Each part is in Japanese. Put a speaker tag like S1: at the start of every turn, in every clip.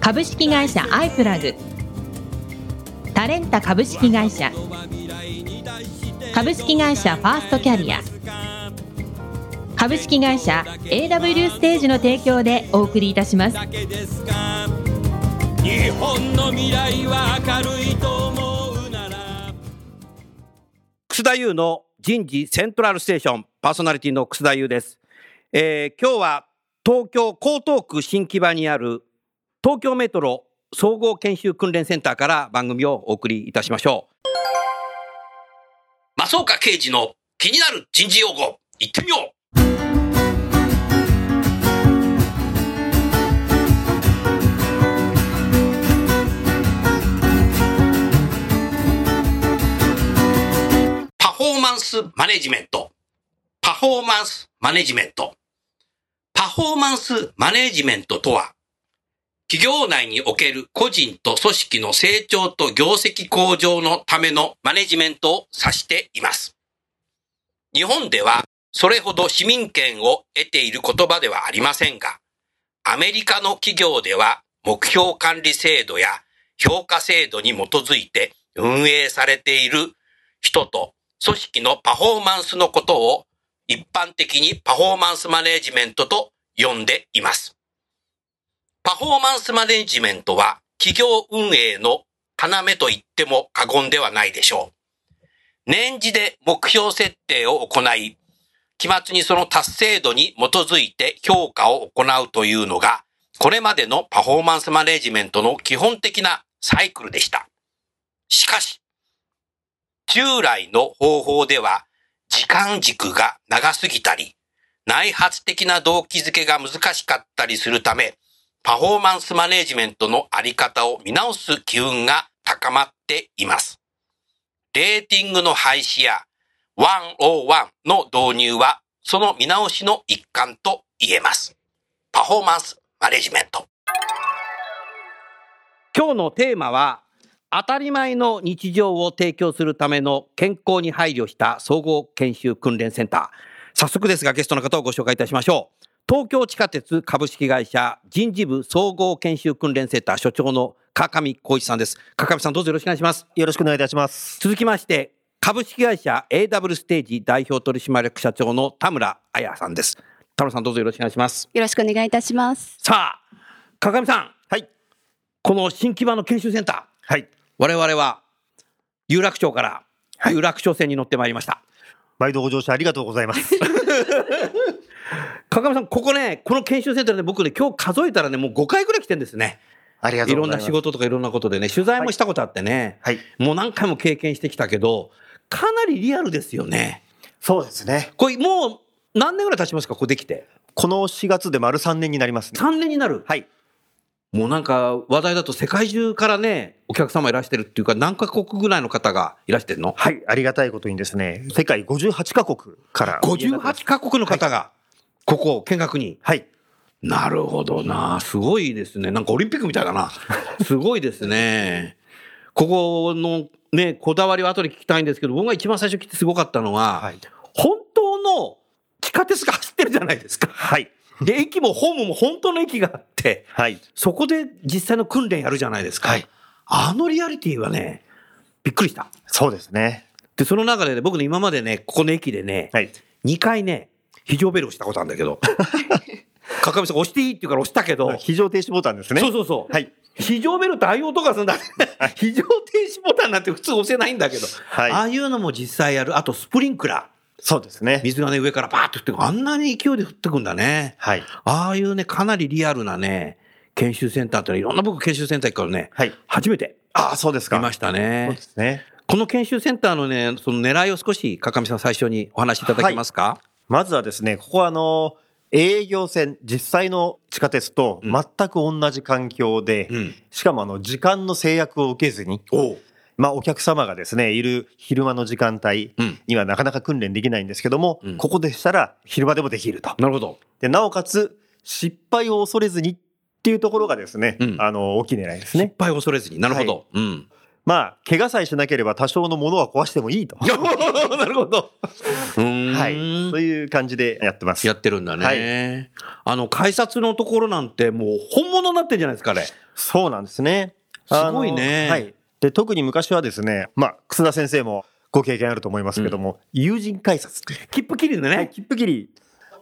S1: 株式会社アイプラグタレンタ株式会社株式会社ファーストキャリア株式会社 AW ステージの提供でお送りいたします
S2: 日本の未来は明るいと思うなら楠田優の人事セントラルステーションパーソナリティの楠田優です、えー今日は東京江東区新木場にある東京メトロ総合研修訓練センターから番組をお送りいたしましょう増岡刑事の気になる人事用語行ってみようパフォーマンスマネジメント。パフォーマンスマネジメント。パフォーマンスマネジメントとは、企業内における個人と組織の成長と業績向上のためのマネジメントを指しています。日本ではそれほど市民権を得ている言葉ではありませんが、アメリカの企業では目標管理制度や評価制度に基づいて運営されている人と組織のパフォーマンスのことを一般的にパフォーマンスマネジメントと呼んでいます。パフォーマンスマネジメントは企業運営の要と言っても過言ではないでしょう。年次で目標設定を行い、期末にその達成度に基づいて評価を行うというのが、これまでのパフォーマンスマネジメントの基本的なサイクルでした。しかし、従来の方法では時間軸が長すぎたり、内発的な動機づけが難しかったりするため、パフォーマンスマネジメントのあり方を見直す機運が高まっています。レーティングの廃止や101の導入はその見直しの一環と言えます。パフォーマンスマネジメント。今日のテーマは当たり前の日常を提供するための健康に配慮した総合研修訓練センター。早速ですがゲストの方をご紹介いたしましょう。東京地下鉄株式会社人事部総合研修訓練センター所長の川上浩一さんです。川上さんどうぞよろしくお願いします。
S3: よろしくお願いいたします。
S2: 続きまして株式会社 AW ステージ代表取締役社長の田村彩さんです。田村さんどうぞよろしくお願いします。
S4: よろしくお願いいたします。
S2: さあ川上さん、
S3: はい。
S2: この新木場の研修センター。
S3: はい。
S2: 我々は有楽町から有楽町線に乗ってまいりました、
S3: 毎度ご乗車ありがとうござ います。
S2: 川上さんここねこの研修センターで僕ね今日数えたらねもう5回ぐらい来てんですね
S3: ありが
S2: いろんな仕事とかいろんなことでね取材もしたことあってね、
S3: はい。
S2: もう何回も経験してきたけどかなりリアルですよね
S3: そうですね。
S2: これもう何年ぐらい経ちますかここできて
S3: この4月で丸3年になりますね。
S2: 3年になる
S3: はい。
S2: もうなんか話題だと世界中からねお客様いらしてるっていうか何カ国ぐらいの方がいらしてるの
S3: はい。ありがたいことにですね、世界58カ国から。
S2: 58カ国の方がここを見学に
S3: はい。
S2: なるほどな。すごいですね。なんかオリンピックみたいだ な。すごいですね。ここのね、こだわりは後で聞きたいんですけど、僕が一番最初来てすごかったのは、
S3: はい。
S2: 本当の地下鉄が走ってるじゃないですか。
S3: はい。
S2: で、駅もホームも本当の駅があって、
S3: はい。
S2: そこで実際の訓練やるじゃないですか。
S3: はい
S2: あのリアリティはね、びっくりした。
S3: そうですね。
S2: で、その中でね、僕ね、今までね、ここの駅でね、
S3: はい。
S2: 2回ね、非常ベルをしたことあるんだ けど、かかみさん押していいって言うから押したけど、
S3: 非常停止ボタンですね。
S2: そうそうそう。
S3: はい。
S2: 非常ベルってああいう音がするんだ。非常停止ボタンなんて普通押せないんだけど、あ
S3: はい。
S2: あいうのも実際やる。あとスプリンクラ
S3: そうです
S2: ー。
S3: ね。
S2: 水がね、上からバーって降ってくる。あんなに勢いで降ってくんだね。
S3: はい。
S2: ああいうね、かなりリアルなね、研修センターってのはいろんな僕研修センター行くからね、
S3: はい。
S2: 初めて
S3: ああ、そうですか。
S2: 見ました
S3: そう
S2: ね
S3: で。すね。
S2: この研修センターのね、その狙いを少し、かかみさん最初にお話しいただけますか、
S3: まずはですね、ここはあの、営業線、実際の地下鉄と全く同じ環境で、
S5: うん。
S3: しかもあの時間の制約を受けずに、
S5: おう。
S3: まあ、お客様がですねいる昼間の時間帯
S5: うん。
S3: にはなかなか訓練できないんですけども、
S5: うん
S3: ここでしたら昼間でもできると。
S5: なるほど。
S3: でなおかつ失敗を恐れずにっていうところがですね、
S5: うん
S3: あの大きい狙いです
S5: 失
S3: ね。
S5: 敗を恐れずに。なるほど。うん。
S3: まあ怪我さえしなければ多少のものは壊してもいいと。
S5: なるほど。
S3: は、
S5: はい
S3: という感じでやってます。
S5: やってるんだね。
S3: は
S5: あの、改札のところなんてもう本物になってんじゃないですか、あれ。
S3: そうなんですね。
S5: すごいね
S3: あのはい。で特に昔はですね、まあ楠田先生もご経験あると思いますけども、友人改札っていう
S5: 切符切りで
S3: はい
S5: ね。
S3: 切符切り。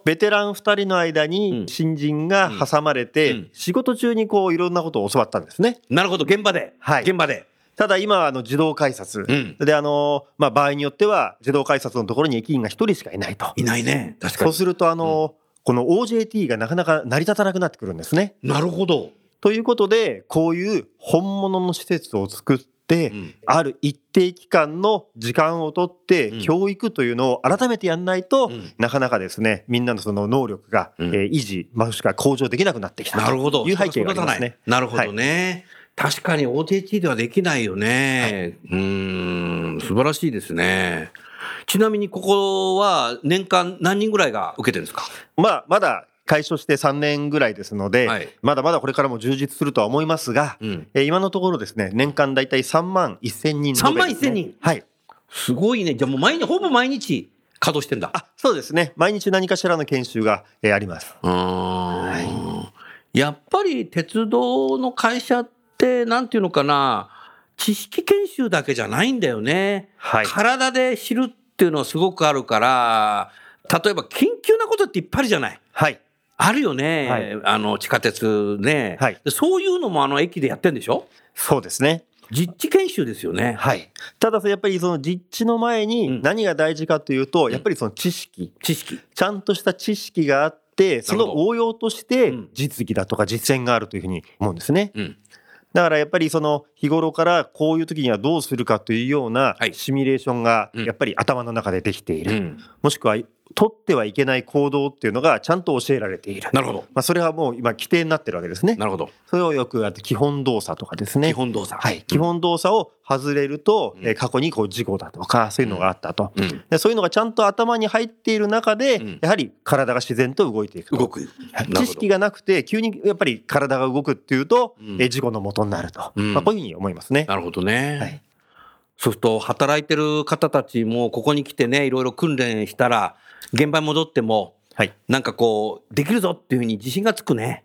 S3: ベテラン2人の間
S5: うん
S3: に新人が挟まれ
S5: う
S3: て、
S5: ん
S3: 仕事中にこういろんなことを教わったんですね。
S5: なるほど、現場で。
S3: はい
S5: 現場で。
S3: ただ今はあの自動改札、
S5: うん。
S3: であの、まあ、場合によっては自動改札のところに駅員が1人しかいないと
S5: いないね。確か
S3: そう
S5: に。
S3: するとあの、この OJT がなかなか成り立たなくなってくるんですね。
S5: なるほど。
S3: ということでこういう本物の施設を作って、
S5: うん
S3: ある一定期間の時間をとって、
S5: うん
S3: 教育というのを改めてやんないと、
S5: うん
S3: なかなかですねみんなのその能力が、
S5: うん
S3: えー維持もしくは向上できなくなってきた
S5: なるほど。
S3: という背景がありますね。
S5: なるほどね。確かに OTT ではできないよね。うーん、素晴らしいですね。ちなみにここは年間何人ぐらいが受けてるんですか
S3: まあまだ開所して3年ぐらいですので、
S5: はい
S3: まだまだこれからも充実するとは思いますが、
S5: うん。
S3: えー今のところですね年間だいたい3万1000人
S5: 3万
S3: 延べですね
S5: 1000人
S3: はい
S5: すごいね。じゃあもう毎日、ほぼ毎日稼働してんだ。
S3: あそうですね毎日何かしらの研修が、えーあります
S5: あーやっぱり鉄道の会社って、なんていうのかな、知識研修だけじゃないんだよね。
S3: はい
S5: 体で知るっていうのはすごくあるから、例えば緊急なことっていっぱいあるじゃない。
S3: はい
S5: あるよね、
S3: はい
S5: あの地下鉄ね、
S3: はい
S5: でそういうのもあの駅でやってんでしょ
S3: そうですね
S5: 実地研修ですよね。
S3: はいただやっぱりその実地の前
S5: うん
S3: に何が大事かというと、やっぱりその知識
S5: 知識。
S3: ちゃんとした知識があってそ
S5: なる
S3: の
S5: ほど
S3: 応用とし
S5: う
S3: て
S5: ん
S3: 実技だとか実践があるというふうに思うんですね
S5: うん。
S3: だからやっぱりその日頃からこういう時にはどうするかというような
S5: はい
S3: シミュレーションが
S5: うん
S3: やっぱり頭の中でできていうる、
S5: ん。
S3: もしくは取ってはいけない行動っていうのがちゃんと教えられている、
S5: なるほど。
S3: まあ、それはもう今規定になってるわけですね
S5: なるほど。
S3: それをよくあって基本動作とかで
S5: 基
S3: すね
S5: 本動作。
S3: はい、基本動作を外れると、
S5: うん
S3: えー過去にこう事故だとかそういうのがあったと、
S5: うん。
S3: でそういうのがちゃんと頭に入っている中で、
S5: うん
S3: やはり体が自然と動いていくと
S5: 動く。なるほど
S3: 知識がなくて急にやっぱり体が動くっていうと、
S5: うん
S3: えー事故の元になると、
S5: うん
S3: まあ、こういうふうに思いますね。
S5: なるほどね。
S3: はい
S5: そうすると、働いてる方たちも、ここに来てね、いろいろ訓練したら、現場に戻っても、
S3: はい、
S5: なんかこう、できるぞっていうふうに自信がつくね。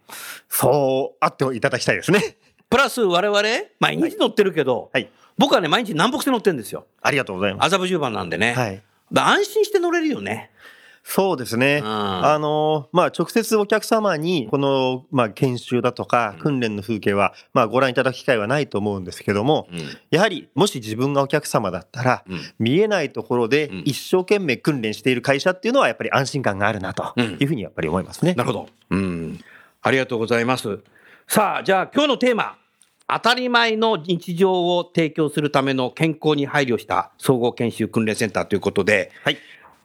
S3: そうあっていただきたいです ね。
S5: プラス、我々、毎日乗ってるけど、
S3: はいはい
S5: 僕はね、毎日南北線乗ってるんですよ。
S3: ありがとうございます。
S5: 麻布十番なんでね。
S3: はい、
S5: だから安心して乗れるよね。
S3: そうですね。あ
S5: あ
S3: のまあ、直接お客様にこの、まあ、研修だとか
S5: うん
S3: 訓練の風景は、まあ、ご覧いただく機会はないと思うんですけども
S5: うん
S3: やはりもし自分がお客様だったら
S5: うん
S3: 見えないところで
S5: うん
S3: 一生懸命訓練している会社っていうのはやっぱり安心感があるなと
S5: うん
S3: いうふうにやっぱり思いますね。
S5: なるほど。うん。ありがとうございます。さあ、じゃあ今日のテーマ。当たり前の日常を提供するための健康に配慮した総合研修訓練センターということで、
S3: はい、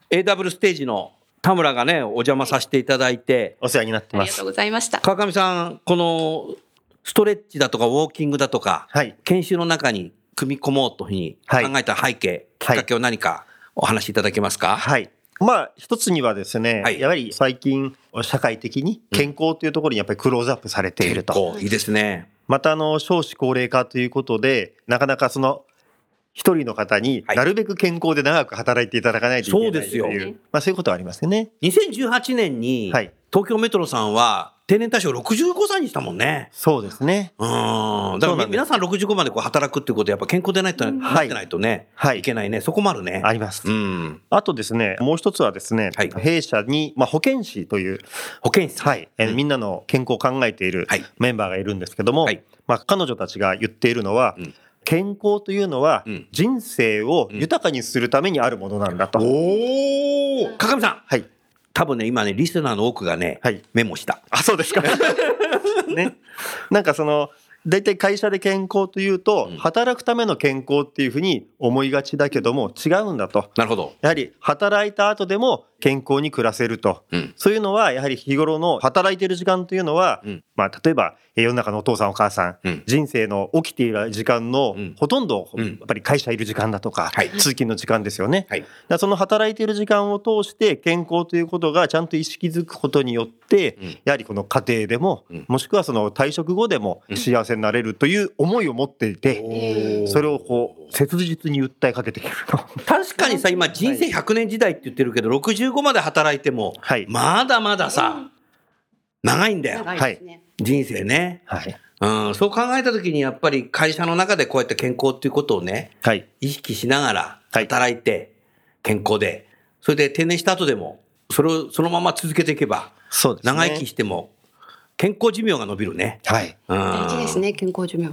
S5: AW ステージの田村がね、お邪魔させていただいて、
S3: お世話になって
S4: あ
S3: ま
S4: りがと
S3: す
S4: う。ございました。
S5: 川上さん、このストレッチだとかウォーキングだとか、
S3: はい、
S5: 研修の中に組み込もうというふう
S3: は
S5: に
S3: い
S5: 考えた背景、
S3: はい
S5: きっかけを何かお話しいただけますか、
S3: はいまあ、一つにはですね、
S5: はい
S3: やはり最近社会的に健康というところにやっぱりクローズアップされていると、
S5: こういいですね。
S3: またあの少子高齢化ということでなかなかその一人の方に
S5: はい
S3: なるべく健康で長く働いていただかないといけないと
S5: そうですよ
S3: いうまあ、そういうことはありますよね。
S5: 2018年に、
S3: はい
S5: 東京メトロさんは定年退職65歳にしたもんね。
S3: そうですね
S5: うん。だから
S3: そうなんで
S5: み
S3: す
S5: 皆さん65までこう働くっていうことでやっぱ健康でないと、
S4: うん
S5: なってないとね、、
S3: はいい
S5: けないね。そこもあるね。
S3: あります
S5: うん。
S3: あとですねもう一つはですね、
S5: はい
S3: 弊社に、まあ、保健師という、
S5: 保健室。
S3: はいえー
S5: うん
S3: みんなの健康を考えている
S5: はい
S3: メンバーがいるんですけども、
S5: はい
S3: まあ、彼女たちが言っているのは、
S5: うん
S3: 健康というのは
S5: うん
S3: 人生を豊かにするためにあるものなんだと。
S5: おお。かみさん。
S3: はい、
S5: 多分ね、今ね、リスナーの多くがね、
S3: はい
S5: メモした。
S3: あそ うですか。ね、なんかその大体会社で健康というと、
S5: うん
S3: 働くための健康っていうふうに思いがちだけども違うんだと
S5: なるほど。
S3: やはり働いた後でも健康に暮らせると、
S5: うん
S3: そういうのはやはり日頃の働いてる時間というのは、
S5: うん
S3: まあ、例えばえー世の中のお父さんお母さん、
S5: うん
S3: 人生の起きている時間の
S5: うん
S3: ほとんど、
S5: うん
S3: やっぱり会社いる時間だとか、
S5: はい
S3: 通勤の時間ですよね。
S5: はい
S3: だからその働いている時間を通して健康ということがちゃんと意識づくことによって、
S5: うん
S3: やはりこの家庭でも、
S5: うん
S3: もしくはその退職後でも
S5: うん
S3: 幸せになれるという思いを持っていて、
S5: おー
S3: それをこう切実に訴えかけている と。
S5: 確かにさ、今人生100年時代って言ってるけど、65まで働いても、
S3: はい
S5: まだまださ、長いんだよ。
S4: 長いですね。
S5: 人生ね。
S3: はい
S5: うん、そう考えた時にやっぱり会社の中でこうやって健康っていうことをね、
S3: はい
S5: 意識しながら
S3: はい
S5: 働いて、健康で、それで定年した後でも、それをそのまま続けていけば、
S3: そうですね
S5: 長生きしても、健康寿命が伸びるね。
S3: はい、
S5: うん
S4: 大事ですね、健康寿命。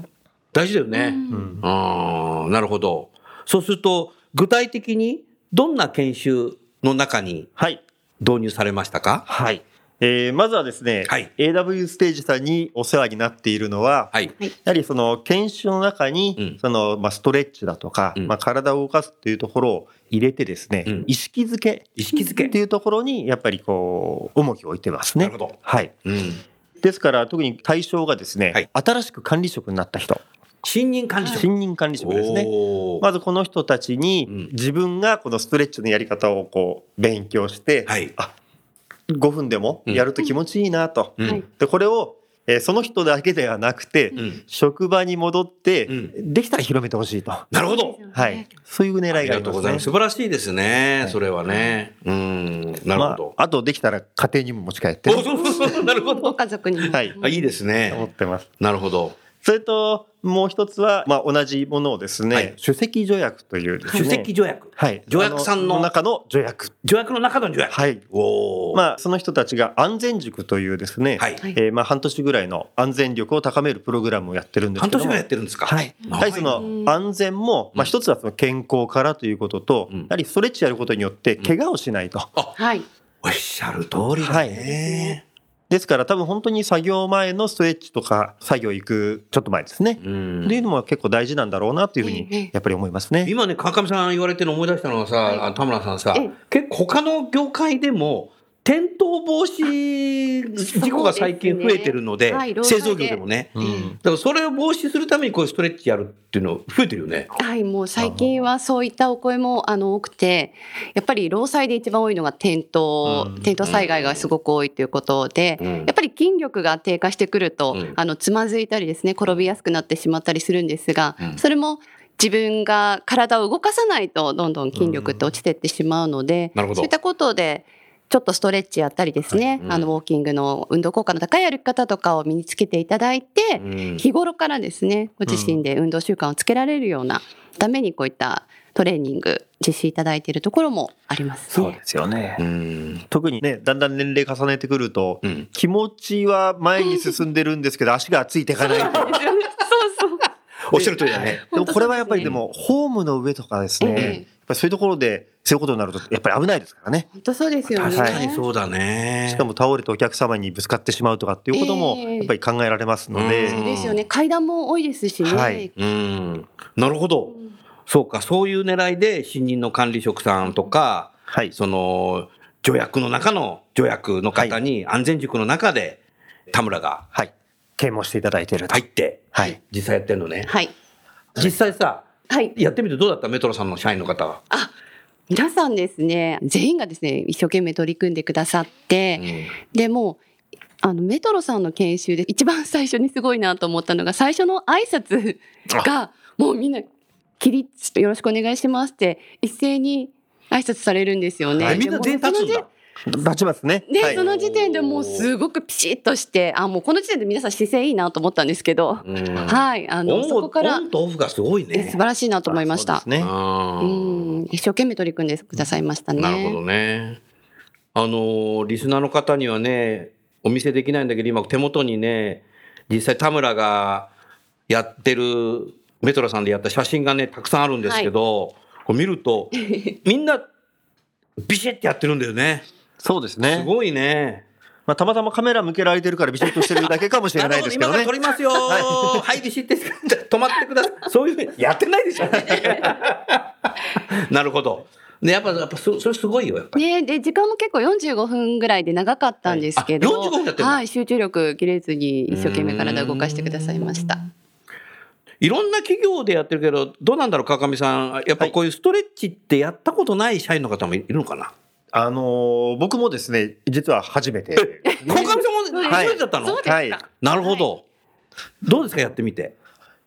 S5: 大事だよね。
S3: うん
S5: ああ、なるほど。そうすると、具体的にどんな研修の中に
S3: はい
S5: 導入されましたか
S3: はいえーまずはですね、
S5: はい
S3: AW ステージさんにお世話になっているのは、
S5: はい。
S3: やはりその研修の中
S5: うん
S3: にその、まあ、ストレッチだとか、
S5: うん
S3: まあ、体を動かすっていうところを入れてですね、
S5: うん
S3: 意識づけ
S5: 意識づ
S3: って
S5: け。
S3: いうところにやっぱりこう重きを置いてますね。
S5: なるほど
S3: はい、
S5: うん。
S3: ですから特に対象がですね、
S5: はい
S3: 新しく管理職になった人
S5: 新任管理職。
S3: 新任管理職ですね。
S5: おー
S3: まずこの人たち
S5: うん
S3: に自分がこのストレッチのやり方をこう勉強して、
S5: はい。
S3: 5分でもやると気持ちいいなと。
S5: うん
S4: はい
S3: でこれを、えーその人だけではなくて、
S5: うん。
S3: 職場に戻って、
S5: う
S3: できたら広めてほしいと、
S5: なるほど。
S3: はい、そういう狙
S5: あ
S3: い
S5: り
S3: が
S5: が
S3: あり
S5: と
S3: ま
S5: うご
S3: す
S5: ざい
S3: ね
S5: ます。。素晴らしいですね。
S3: はい
S5: それはね。うん。なるほど。
S3: まあ、あとできたら家庭にも持ち帰って、
S5: おそうそうそうなるほ
S4: ご
S5: ど。
S4: 家族にも。
S3: はい
S5: あいいです
S3: 思っ
S5: ね。
S3: てます。
S5: なるほど。
S3: それともう一つは、まあ、同じものをですね、
S5: はい
S3: 主席条約というですね
S5: 出席条約。
S3: はい、
S5: 条約さんの
S3: あ中の条約、
S5: 条約の中の条約。
S3: はい
S5: おお。
S3: まあ、その人たちが安全塾というですね、
S5: はい。
S4: はい
S3: えーまあ、半年ぐらいの安全力を高めるプログラムをやってるんです
S5: 半
S3: けど
S5: 年
S3: も
S5: ぐらいやってるんですか。
S3: はい、やはりその安全も、
S5: うん
S3: まあ、一つはその健康からということと、
S5: うん
S3: やはりストレッチやることによって怪我をしないと、
S4: はい。
S5: おっしゃる通りだね。
S3: ですから多分本当に作業前のストレッチとか作業行くちょっと前ですね、
S5: うん
S3: っていうのも結構大事なんだろうなというふう
S4: ええ
S3: にやっぱり思いますね。
S5: 今ね川上さん言われてるの思い出したのはさ、あ田村さんさ
S4: ええ
S5: 結構他の業界でも転倒防止事故が最近増えてるので
S4: そうです
S5: 製
S4: ねはい
S5: 造業でもね
S3: う
S4: うんん
S5: だからそれを防止するためにこういうストレッチやるっていうの増えてるよね。
S4: はい、もう最近はそういったお声もあの多くて、やっぱり労災で一番多いのが転倒
S3: うん、
S4: 転倒災害がすごく多いということで、
S5: うん
S4: やっぱり筋力が低下してくると、
S5: うん
S4: あのつまずいたりですね、転びやすくなってしまったりするんですが、
S5: うん
S4: それも自分が体を動かさないとどんどん筋力って落ちてってしまうので、
S5: なるほど
S4: そういったことで。ちょっとストレッチやったりですね、
S5: うん
S4: あのウォーキングの運動効果の高い歩き方とかを身につけていただいて、
S5: うん
S4: 日頃からですねご自身で運動習慣をつけられるようなためにこういったトレーニング実施いただいているところもありますね。
S3: すよね
S5: うん
S3: 特にねだんだん年齢重ねてくると、
S5: うん
S3: 気持ちは前に進んでるんです けど足がついていかない
S4: そうそう
S5: おっしゃる通りだね。
S3: でもこれはやっぱりでもホームの上とかですね、
S4: ええ
S3: やっぱりそういうところでそういうことになるとやっぱり危ないですからね
S4: 本当そうですよね。
S5: 確かにそうだね。
S3: しかも倒れてお客様にぶつかってしまうとかっていうことも
S4: ええ
S3: やっぱり考えられますので、
S4: そうですよね。階段も多いですしね。
S3: はい
S5: うんなるほど
S4: う。ん
S5: そうかそういう狙いで新任の管理職さんとか。
S3: はい
S5: その助役の中の助役の方に安全塾の中で田村が
S3: はい啓蒙していただいていると
S5: 入って
S3: はい
S5: 実際やってるのね。
S4: はい
S5: 実際さ、
S4: はい。
S5: やってみてどうだったメトロさんの社員の方は。
S4: 皆さんですね全員がですね一生懸命取り組んでくださって。でもあのメトロさんの研修で一番最初にすごいなと思ったのが最初の挨拶がもうみんな「起立よろしくお願いします」って一斉に挨拶されるんですよね。
S5: えみんな全員立つん
S4: でも
S5: だ。
S3: 立ちますね
S4: その時で、
S3: はい
S4: その時点でもうすごくピシッとしてあもうこの時点で皆さん姿勢いいなと思ったんですけど、
S5: うん
S4: はいあ
S5: オ
S4: の
S5: ン
S4: そこから
S5: オンとオフがすごい
S4: え
S5: ね
S4: 素晴。らしいなと思いました。
S3: そうですね
S5: あ
S4: う
S5: ー
S4: ん一生懸命取り組んでくださいましたね。
S5: なるほどね。あのーリスナーの方にはねお見せできないんだけど今手元にね実際田村がやってるメトロさんでやった写真がねたくさんあるんですけど、こう見る とみんなビシッてやってるんだよね。
S3: そうです
S5: す
S3: ね
S5: ごいね。
S3: まあ、たまたまカメラ向けられてるからビシッとしてるだけかもしれないですけど
S5: あな
S3: ね
S5: るほど今から撮りますよ。はい、ビシッて 止まってください。そういうふうにやってないでしょ。なるほど。で、やっぱ、やっぱ、そそれすごいよ、やっぱり。
S4: ねで、時間も結構45分ぐらいで長かったんですけど、
S5: はいあ45分やってんの
S4: はい、集中力切れずに一生懸命体を動かしてくださいました。
S5: いろんな企業でやってるけど、どうなんだろう、川上さん。やっぱこういうストレッチってやったことない社員の方もいるのかな。
S3: あのー僕もですね、実は初めて。
S5: 川上さんも初めてだったの、
S4: そうですか、
S3: はい
S5: なるほど、どうですか、やってみて。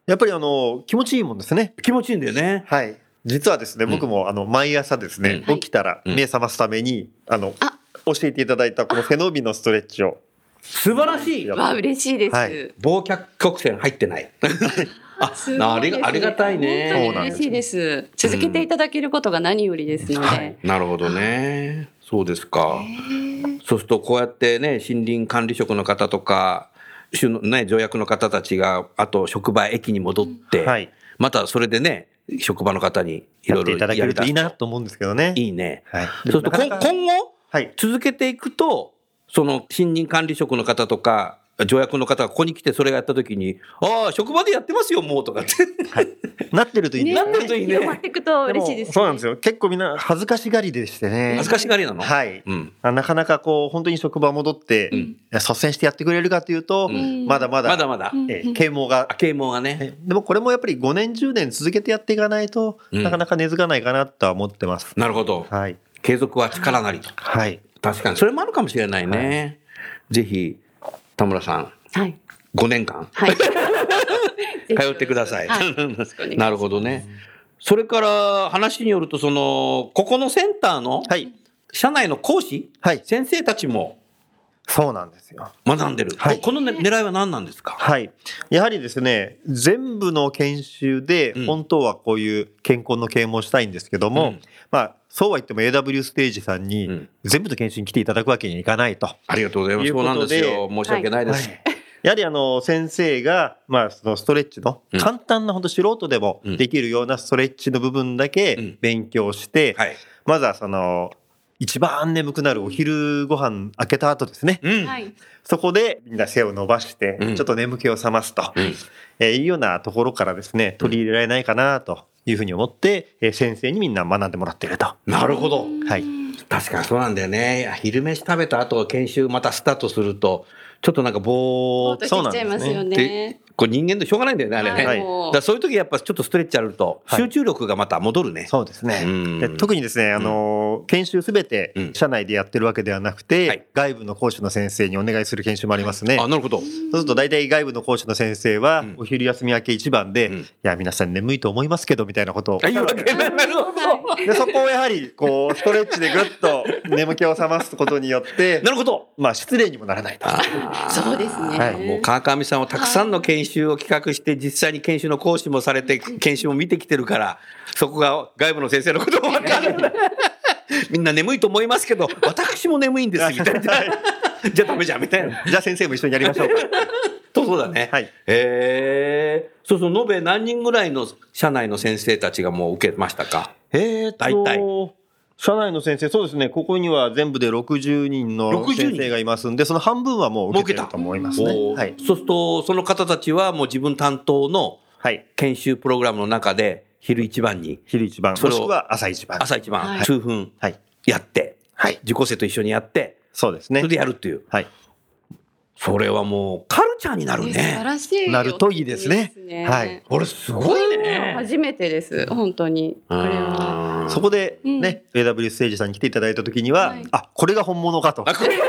S3: やっぱりあのー気持ちいいもんですね。
S5: 気持ちいいんだよね。
S3: はい。実はですね、
S5: うん
S3: 僕もあの毎朝ですね、
S4: うん
S3: 起きたら
S5: うん
S3: 目覚ますために、あの
S4: あ
S3: 教えていただいたこの背伸びのストレッチを。
S5: 素晴らしい。
S4: わあ、嬉しいです。
S3: はい
S5: 忘却曲線入ってない。あ
S4: すごいです、ね
S5: なありがありがたいね。
S4: 本当に嬉しいです。続けていただけることが何よりですので。
S5: はい、なるほどね。そうですか。そうするとこうやってね森林管理職の方とか州の、ね、条約の方たちがあと職場駅に戻って、
S3: はい。
S5: またそれでね職場の方にい
S3: や
S5: ろ
S3: っ
S5: い
S3: て
S5: ろ
S3: いただけるといい
S5: や
S3: な
S5: りだす
S3: と思うんですけどね。
S5: いいね。
S3: はい。
S5: そうするとこん
S3: なかなか
S5: 今後
S3: はい。
S5: 続けていくとその森林管理職の方とか条約の方がここに来てそれをやった時に「ああ職場でやってますよもう」とかって
S3: なってるといいです
S5: なってるといいね
S4: 広まっていくと嬉しいです、
S3: そうなんです
S4: よ。
S3: よ。結構みんな恥ずかしがりでしてね。
S5: 恥ずかしがりなの。
S3: はい。
S5: うん
S3: あなかなかこう本当に職場戻って、
S5: うん
S3: 率先してやってくれるかというと、
S5: うん
S3: まだまだ
S5: まだまだ
S4: う。ん
S3: えー啓蒙が、
S5: あ啓蒙がね。
S3: えでもこれもやっぱり5年10年続けてやっていかないと、
S5: うん
S3: なかなか根付かないかなとは思ってます。
S5: なるほど。
S3: はい
S5: 継続は力なりと。
S3: はい
S5: 確かに。それもあるかもしれないね。ぜひ、田村さん、
S4: はい。
S5: 5年間
S4: はい。
S5: 通ってください。
S4: はいよろしくお願いします
S5: なるほどね。それから話によると、その、ここのセンターの、
S3: はい
S5: 社内の講師、
S3: はい
S5: 先生たちも
S3: そうなんですよ。
S5: 学んでる。
S3: はい
S5: ここの、ね、狙いは何なんですか
S3: はいやはりですね全部の研修で
S5: うん
S3: 本当はこういう健康の啓蒙をしたいんですけど
S5: う
S3: も、
S5: ん
S3: まあそうは言っても AW ステージさん
S5: う
S3: に
S5: ん
S3: 全部の研修に来ていただくわけにいかないと。
S5: ありがとうございます。
S3: いう
S5: そう
S3: ことで
S5: なんですよ。申し訳ないです。
S3: やはりあの先生が、まあ、そのストレッチの
S5: うん
S3: 簡単な本当素人でも
S5: うん
S3: できるようなストレッチの部分だ
S5: うん
S3: け勉強して、
S5: はい。
S3: まずはその一番眠くなるお昼ご飯開けた後ですね
S5: うん。
S4: はい。
S3: そこでみんな背を伸ばして
S5: うん
S3: ちょっと眠気を覚ますと、
S5: うん
S3: えーいうようなところからですね取り入れられないかなというふうに思って、えー先生にみんな学んでもらってると。
S5: なるほど。
S3: はい
S5: 確かにそうなんだよね。昼飯食べた後、研修またスタートすると、ちょっとなんかぼー
S4: も
S5: っ
S4: っ
S5: と
S4: としてきち
S3: ね
S4: ゃいます
S5: で
S4: よね。
S5: これ人間でしょうがないんだよね、あれね。
S4: はい
S5: だからそういう時やっぱちょっとストレッチあると、
S3: はい
S5: 集中力がまた戻るね。
S3: そうですね、
S5: うん
S3: で特にですね、あのー研修すべて
S5: うん
S3: 社内でやってるわけではなく
S5: は
S3: て、
S5: い
S3: 外部の講師の先生にお願いする研修もありますね。
S5: あ、なるほど。
S3: そうすると大体外部の講師の先生は、
S5: うん
S3: お昼休み明け一番で、
S5: うん
S3: いや皆さん眠いと思いますけどみたいなことを
S5: あ、いいわけなるほど。
S3: でそこをやはりこうストレッチでぐっと眠気を覚ますことによって
S5: なるほど。
S3: まあ失礼にもならないと。
S4: そうですね。
S3: はい
S5: もう川上さんはたくさんの研修を企画して、実際に研修の講師もされて、研修も見てきてるから、そこが外部の先生のことも分か る。みんな眠いと思いますけど、私も眠いんです、み たいな。じゃあダメじゃん、みたいな。
S3: じゃあ先生も一緒にやりましょ うか。
S5: とそうだね。
S3: はい。
S5: へえ。そうそう、延べ何人ぐらいの社内の先生たちがもう受けましたか
S3: えー、
S5: 大体
S3: 社内の先生そうですねここには全部で60人の
S5: 60人
S3: 先生がいますんでその半分はもう受けてると思いますね。
S5: おー
S3: はい、
S5: そうすると、その方たちはもう自分担当の
S3: はい、
S5: 研修プログラムの中で、昼一番に、
S3: 昼一番もし
S5: それを
S3: くは朝一番。
S5: 朝一番、
S4: はい
S5: 数分
S3: はい、
S5: やって、
S3: はい、
S5: 受講生と一緒にやって、
S3: そうです
S5: そ
S3: ね
S5: れ。でやるっていう。
S3: はい、
S5: それはもうカルチャーになる
S4: 素晴
S5: ね。
S4: らしい。
S3: なるといいですねはい。
S5: これす
S4: こ
S5: ご
S4: うい
S5: いう
S4: のは
S5: ね。
S4: 初めてです。本当に。これは。
S5: うん
S3: そこでね、AW ステージさんに来ていただいた時には、
S4: はい
S3: あこれが本物かと
S5: あこれ。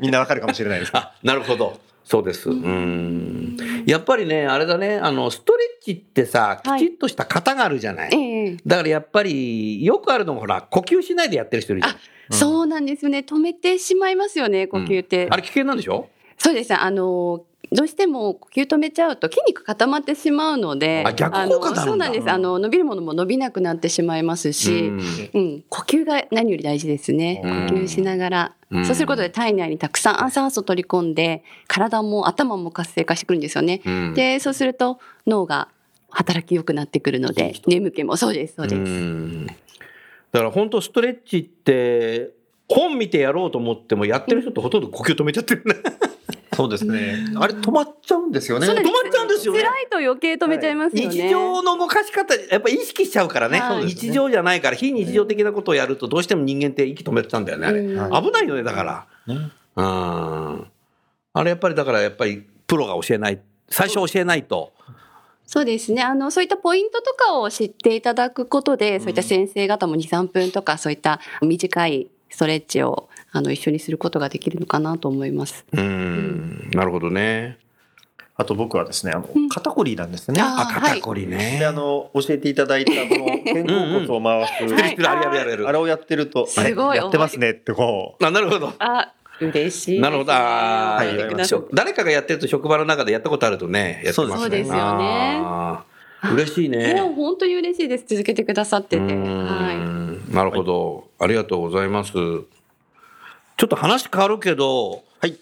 S3: みんなわかるかもしれないです
S5: あなるほどそうですうんやっぱりねあれだねあのストレッチってさき
S4: はい
S5: ちっとした型があるじゃない、
S4: ええ。
S5: だからやっぱりよくあるのもほら呼吸しないでやってる人いるじゃんあ
S4: そうなんですよね。止めてしまいますよね。呼吸って。
S5: れ危険なんでしょ、
S4: そうですね。あのどうしても呼吸止めちゃうと筋肉固まってしまうので、
S5: あ逆効果になるんだ
S4: あのそうなんです。あの伸びるものも伸びなくなってしまいますし、うん、呼吸が何より大事ですね。呼
S5: うん
S4: 吸しながら、
S5: うん
S4: そうすることで体内にたくさん酸素を取り込んで、体も頭も活性化してくるんですよね。
S5: うん
S4: で、そうすると脳が働き良くなってくるので、眠気もそうですそうです。
S5: うんだから本当ストレッチって本見てやろうと思ってもや ってる人ってほとんど呼吸止めちゃってるね。
S3: そうですね。あれ止まっちゃうんですよね。
S4: そうなん
S5: 止まっちゃうんですですよね。
S4: 辛いと余計止めちゃいますよね。
S5: 日常のぼかし方、やっぱ意識しちゃうからね。
S4: はい
S5: 日常じゃないから、非日常的なことをやると、どうしても人間って息止めてたんだよね、あれ。
S4: うん
S3: はい
S5: 危ないよね、だから。うん。あれやっぱり、だからやっぱり、プロが教えない。最初教えないと。
S4: そうですね。あの、そういったポイントとかを知っていただくことで、そういった先生方も2、3分とか、そういった短いストレッチを、あの、一緒にすることができるのかなと思います。
S5: うん。なるほどね。
S3: あと僕はですね、あの
S4: うん、
S3: 肩こりなんですね。
S4: あ
S5: あ、
S4: はい
S5: 肩こりね。
S3: で、あの、教えていただいた、この、肩甲骨を回す、
S4: うんはい
S5: いくらあるやるやるやる。
S3: あれをやってると、
S4: すごい
S3: あれやってますねってこ
S5: あなるほど。
S4: あ、嬉しいですね、
S5: なるほど。あ
S3: は
S5: ー
S3: い
S5: やってくだ
S4: そ
S5: さいう誰かがやってると職場の中でやったことあるとね、やってますね。
S3: そうです
S4: ね
S5: あー嬉しいね。
S4: もう本当に嬉しいです。続けてくださってて。
S5: うー
S4: は
S5: んなるほど、ありがとうございます。ちょっと話変わるけど、
S3: はい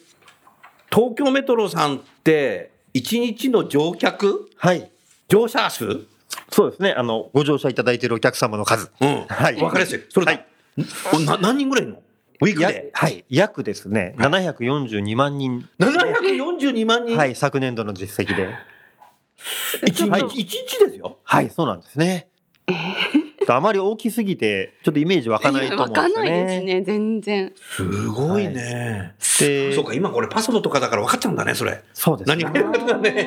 S5: 東京メトロさんって一日の乗客
S3: う。はい。
S5: 乗車数？うん。
S3: そうですね、あの、ご乗車いただいているお客様の数。はい
S5: わかりやすい。それだ。
S3: はい
S5: おな何人ぐらいいるの？ウィーク
S3: や
S5: で。
S3: はい、約ですね、742万人、
S5: 742万人、
S3: はい、昨年度の実績で。
S4: い。
S5: 一
S4: ちょっと
S5: 日一日ですよ。
S3: はい、そうなんですね。あまり大きすぎて、ちょっとイメージ湧かないと思うん
S4: わ
S3: です
S4: かん
S3: よ
S4: ないです
S3: ね。
S4: ね、全然。
S5: すごいね。
S3: で
S5: そうか今これパソドとかだから分かっちゃうんだねそれ。
S3: そうです
S5: 何
S3: ね
S5: が。言うかね。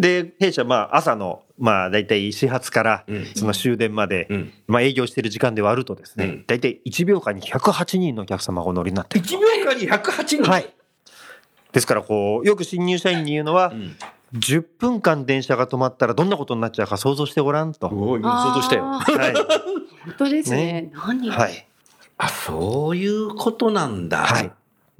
S3: で、弊社、まあ、朝の、まあ、大体始発から、
S5: うん
S3: その終電まで、
S5: うん。
S3: まあ、営業してる時間で割るとです
S5: う
S3: ね
S5: ん、
S3: 大体1秒間に108人のお客様がお乗りになってる。
S5: 一秒間に108人。
S3: はい。ですから、こう、よく新入社員に言うのは
S5: う、ん。
S3: 10分間電車が止まったらどんなことになっちゃうか想像してごらんと。
S5: ごい想像したよ。
S4: あー。
S3: は
S4: 本当ですね。
S3: ね
S4: 何、
S3: い。はい。
S5: あそういうことなんだ、
S3: はい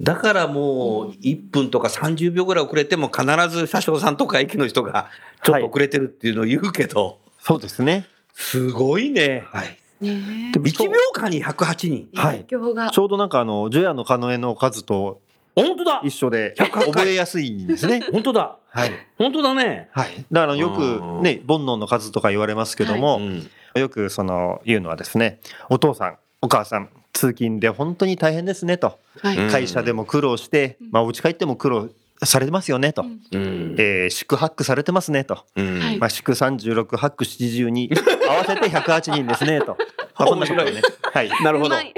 S5: だからもう1分とか30秒ぐらい遅れても必ず車掌さんとか駅の人がちょっと遅れてるっていうのを言うけど、
S3: そうですね。
S5: すごいね
S3: はい。
S4: ね
S3: でも
S5: 1秒間に108人
S3: はい
S4: 影響が。
S3: ちょうどなんかあの、ジョヤのカノエの数と
S5: 本当だ
S3: 一緒で、
S5: 108回。
S3: 覚えやすいん ですね
S5: 本当だ
S3: はい。
S5: 本当だね
S3: はい。だからよ
S5: うん
S3: くね、煩悩の数とか言われますけど
S5: う
S3: も、
S5: ん
S3: よくその、言うのはですね、お父さん、お母さん、通勤で本当に大変ですねと。
S4: はい
S5: うん
S3: 会社でも苦労して、
S4: うん
S3: まあ、お家帰っても苦労されてますよねと。
S4: うん
S5: うん
S3: えー、宿泊されてますねと。
S5: うん
S4: はい
S3: まあ、祝36、泊72、合わせて108人ですね、 と。まあこんなことね。はい。
S5: なるほ
S4: う
S5: ど
S4: まい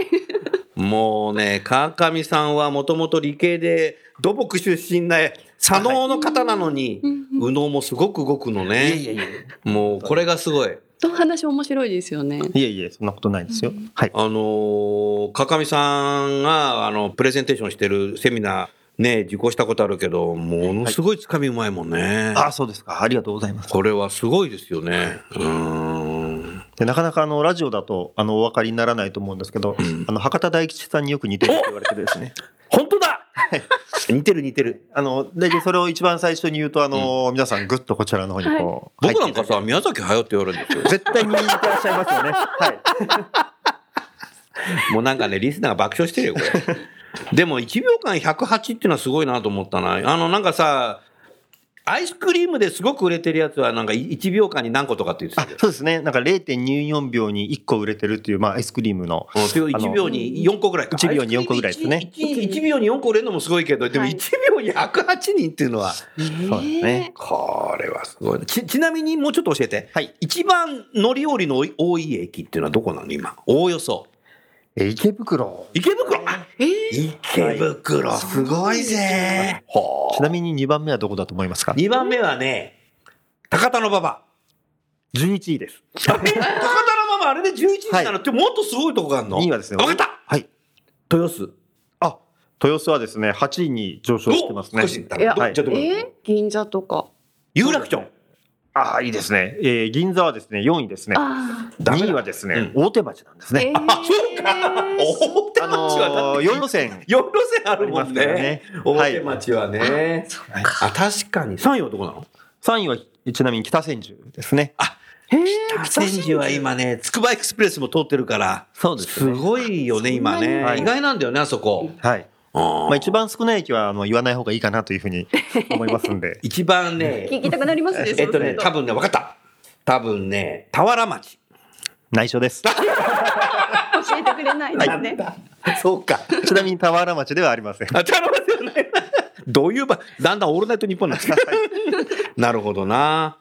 S5: もうね川上さんはもともと理系で土木出身で左脳の方なのに、
S4: うんうん
S5: 右脳もすごく動くのね
S3: いえいえいえ。
S5: もうこれがすごい
S4: と話面白いですよね。
S3: いえいえ、そんなことないですよ。はい。
S5: あのー、川上さんがあのプレゼンテーションしてるセミナーね受講したことあるけどものすごいつかみうまいもんね、
S3: あ、そうですか。ありがとうございます。
S5: これはすごいですよねうーん
S3: でなかなかあの、ラジオだと、あの、お分かりにならないと思うんですけど、あの、博多大吉さんによく似てるって言われてるですね。
S5: 本当だ似てる似てる
S3: あの、大体それを一番最初に言うと、あの、皆さんぐっとこちらの方にこう。
S5: 僕なんか
S3: 入っていただいて
S5: さ宮崎駿って言われるんですよ
S3: 絶対に似てらっしゃいますよ ね。はい。
S5: もうなんかねリスナーが爆笑してるよこ れでも1秒間108っていうのはすごいなと思ったなあのなんかさアイスクリームですごく売れてるやつはなんか1秒間に何個とかって言ってた
S3: あ
S5: けど
S3: そうですね。なんか0.24秒に1個売れてるっていう、まあ、アイスクリームの。
S5: うんそれを
S3: あの
S5: 1秒に4個ぐらいか。
S3: 1秒に4個ぐらいですね
S5: 1。1秒に4個売れるのもすごいけど、でも
S4: はい
S5: 1秒に108人っていうのは、
S3: そうですね。
S5: これはすごいな。ち、ちなみにもうちょっと教えて。
S3: はい。
S5: 一番乗り降りの多い多い駅っていうのはどこなの今。おおよそ。
S3: え池袋。
S5: 池袋あ
S4: えー
S5: 池袋、すごいぜ。ほ
S3: ちなみに2番目はどこだと思いますか
S5: 2番目はね、高田の馬場。
S3: 11位です。
S5: あれ高田の馬場、あれで11時なのってもっとすごいとこがあるの
S3: 2位はですね。
S5: わかった
S3: はい。
S5: 豊洲。
S3: あ、豊洲はですね、8位に上昇してます
S5: お
S3: ね
S5: 少。し行った
S4: いや
S5: の。ど
S3: はい
S5: じゃあどこ
S4: えー銀座とか。
S5: 有楽町。
S3: ああ、いいですね。えー銀座はですね、4位ですね。
S4: あ
S5: ダメだ
S3: 2位はですね、
S5: う
S3: 大手町なんです
S4: ーえ
S3: ね。
S4: ー
S5: あ、そうか。大手
S3: あ
S5: 町はだっ
S3: のー、
S5: て、
S3: 4路線
S5: 四路線あ
S3: あ
S5: る
S3: り
S5: も
S3: ま
S5: ん
S3: す
S5: ね。
S3: からね。は
S5: 大
S3: い
S5: 手町はね。あ、確かに。三位はどこなの
S3: 3位はちなみに北千住ですね。
S4: えー
S5: 千住は今ね、つくばエクスプレスも通ってるから、
S3: そう
S5: す。ごいよね、今
S4: そん
S5: ね
S3: な。に
S5: 意外なんだよね、あそこ。
S3: はい。
S5: ま。
S3: まあ、一番少ない駅はあの言わない方がいいかなというふうに思いますんで
S5: 一番ね、
S4: 聞きたくなりますね。
S5: えっとね、
S4: そ
S5: 多
S4: うする
S5: 分ね、わかった。多分ね、田原町。
S3: 内 緒です。
S4: 教えてくれないですね。
S5: そうか。
S3: ちなみに田原町ではありません。
S5: あ、田原町じゃない。どういう場、だんだんオールナイト日本になってきたなるほどな。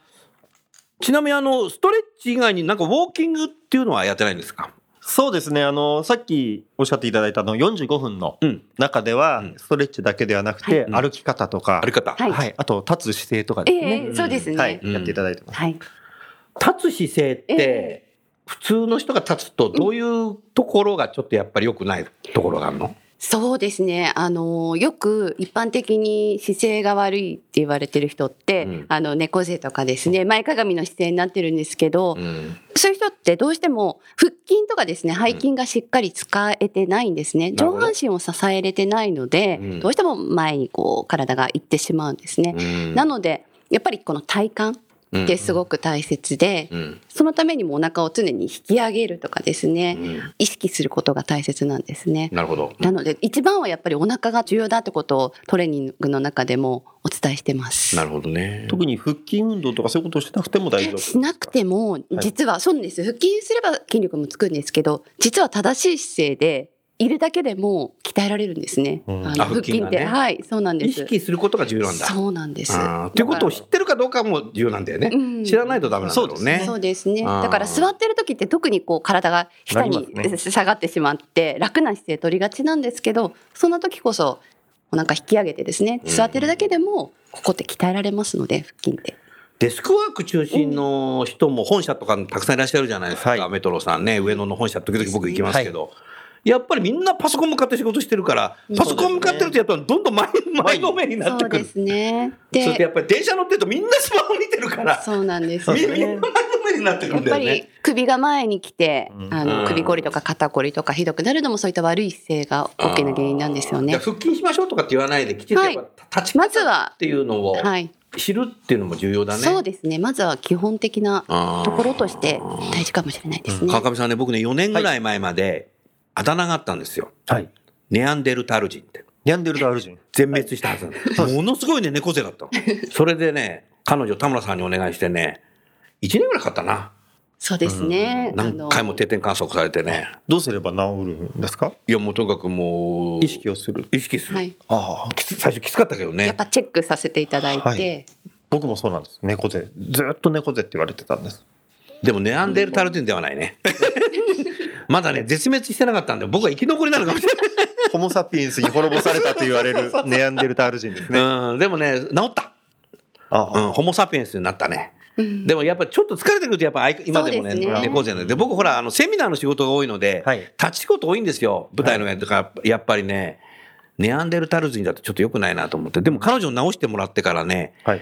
S5: ちなみにあの、ストレッチ以外になんかウォーキングっていうのはやってないんですか
S3: そうですねあのさっきおっしゃっていただいたあの45分の
S5: うん。
S3: 中では
S5: うん
S3: ストレッチだけではなくて
S5: はい
S3: 歩き方とか、
S5: 歩き方。
S4: はい
S3: はい、あと立つ姿勢とかですね、
S4: ええそうですね。
S3: はい、
S5: うん
S3: やっていただいてます。
S4: はい。
S5: 立つ姿勢って、
S4: え
S5: 普通の人が立つとどういうところがちょっとやっぱり良くないところがあるの
S4: そうですね。あの、よく一般的に姿勢が悪いって言われてる人って、
S5: うん
S4: あの、猫背とかですね、前かがみの姿勢になってるんですけど、
S5: ん。
S4: そういう人ってどうしても腹筋とかですね、背筋がしっかり使えてないんですね。
S5: なる
S4: 上
S5: ほど
S4: 半身を支えれてないので、
S5: うん
S4: どうしても前にこう、体が行ってしまうんですね。なので、やっぱりこの体幹ってすごく大切で、
S5: うん。
S4: そのためにもお腹を常に引き上げるとかです
S5: う
S4: ね、
S5: ん。
S4: 意識することが大切なんですね。
S5: なるほど。
S4: なので一番はやっぱりお腹が重要だってことをトレーニングの中でもお伝えしてます。
S5: なるほどね。
S3: 特に腹筋運動とかそういうことをしなくても大丈夫ですか
S4: しなくても
S3: い
S4: 実は、そうなんです腹筋すれば筋力もつくんですけど実は正しい姿勢でいるだけでも鍛えられるんですね。
S3: うん
S5: あ
S4: あの
S5: 腹
S4: 腹
S5: 筋
S4: 筋
S5: が
S4: っ
S5: ね
S4: て、はいそうなんで
S5: 意
S4: す。
S5: 識することが重要なんだ。
S4: そうなんです。
S5: あーということを知ってるかどうかも重要なんだよね。
S4: うん
S5: 知らないとダメなんだろうね。
S4: そうですね。
S5: あー
S4: だから座ってる時って特にこう体が下
S3: な
S4: に
S3: りますね
S4: 下がってしまって楽な姿勢取りがちなんですけど、そんな時こそなんか引き上げてですね、
S5: うん
S4: 座ってるだけでもここって鍛えられますので腹筋って。
S5: デスクワーク中心の人も本社とかたくさんいらっしゃるじゃないですか、
S3: はい
S5: メトロさんね上野の本社時々僕行きますけど、やっぱりみんなパソコン向かって仕事してるから
S4: うん
S5: パソコン向かってるとやっぱどんどん前前のめりになっ
S4: そ
S5: て
S4: う
S5: く
S4: で
S5: る
S4: すね。
S5: そしてやっ
S4: で、
S5: ぱり電車乗ってるとみんなスマホ見てるから
S4: そうなんです。
S5: みみんな
S3: ね
S5: 前のめりになってく
S4: や
S5: る
S4: っ
S5: んだ
S4: ぱ
S5: よね
S4: り。首が前に来て、
S3: うん
S4: あ
S5: うん
S4: の首こりとか肩こりとかひどくなるのもそういった悪い姿勢が大きな原因なんです
S5: じ
S4: よ
S5: ゃ
S4: ね
S5: あ。腹筋しましょうとかって言わないできちんとやっぱ立ち
S4: ま
S5: 方
S4: ずは
S5: っ、ていうのを
S4: はい、
S5: 知るっていうのも重要だね。
S4: そうですね。まずは基本的な
S5: あー
S4: ところとして大事かもしれないですね。
S5: 川上さんね、僕ね、4年ぐらい前まで、あだ名があったんですよ。
S3: はい。
S5: ネアンデルタル人って。
S3: ニャンデルダール人。
S5: 全滅したはずなんです。ものすごいね、猫背だったの。 それでね、彼女、田村さんにお願いしてね、1年ぐらいかかったな。
S4: そうですね。
S5: 何回も定点観測されてね。
S3: どうすれば治るんですか
S5: いや、もうとにかくもう、
S3: 意識をする。
S5: 意識す
S4: あ
S5: る。
S4: の。はい。
S3: ああ。
S5: きつ最初きつかったけど
S4: や
S5: ね
S4: っ。ぱチェックさせていただいて、
S3: はい僕もそうなんです。猫背。ずっと猫背って言われてたんです。
S5: でも、ネアンデルタル人ではないね。 まだね、絶滅してなかったんで、僕は生き残りなのかもしれない。
S3: ホモサピエンスに滅ぼされたと言わ れるネアンデルダール人ですね。
S5: うん、でもね、治った。
S3: あ
S5: う
S3: あ。
S5: ん、ホモサピエンスになったね。
S4: うん
S5: でもやっぱちょっと疲れてくるとやっぱ相今でもね
S4: そうですね
S5: 猫背なんで僕ほらあのセミナーの仕事が多いので、
S3: はい
S5: 立ち仕事多いんですよ舞台のやつとかやっぱりねネアンデルタル人だとちょっと良くないなと思ってでも彼女を直してもらってからね
S3: はい。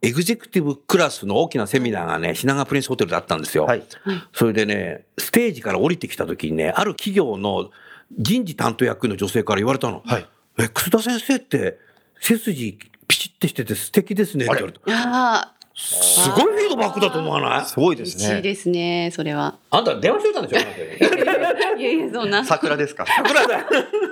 S5: エグゼクティブクラスの大きなセミナーがね品川プリンスホテルだったんですよ、
S3: はい。
S5: それでねステージから降りてきた時にねある企業の人事担当役員の女性から言われたの「
S3: はい
S5: え楠田先生って背筋ピチってしてて素敵ですね」って言われた
S4: ああ、
S5: すごいフィードバックだと思わない
S3: すごいで
S4: 嬉
S3: す
S4: しい
S3: ね。
S4: ですね。そ れは。
S5: あんた電話してたんでしょあなた
S4: いやいや、そんな。
S3: 桜です か
S5: 桜だ。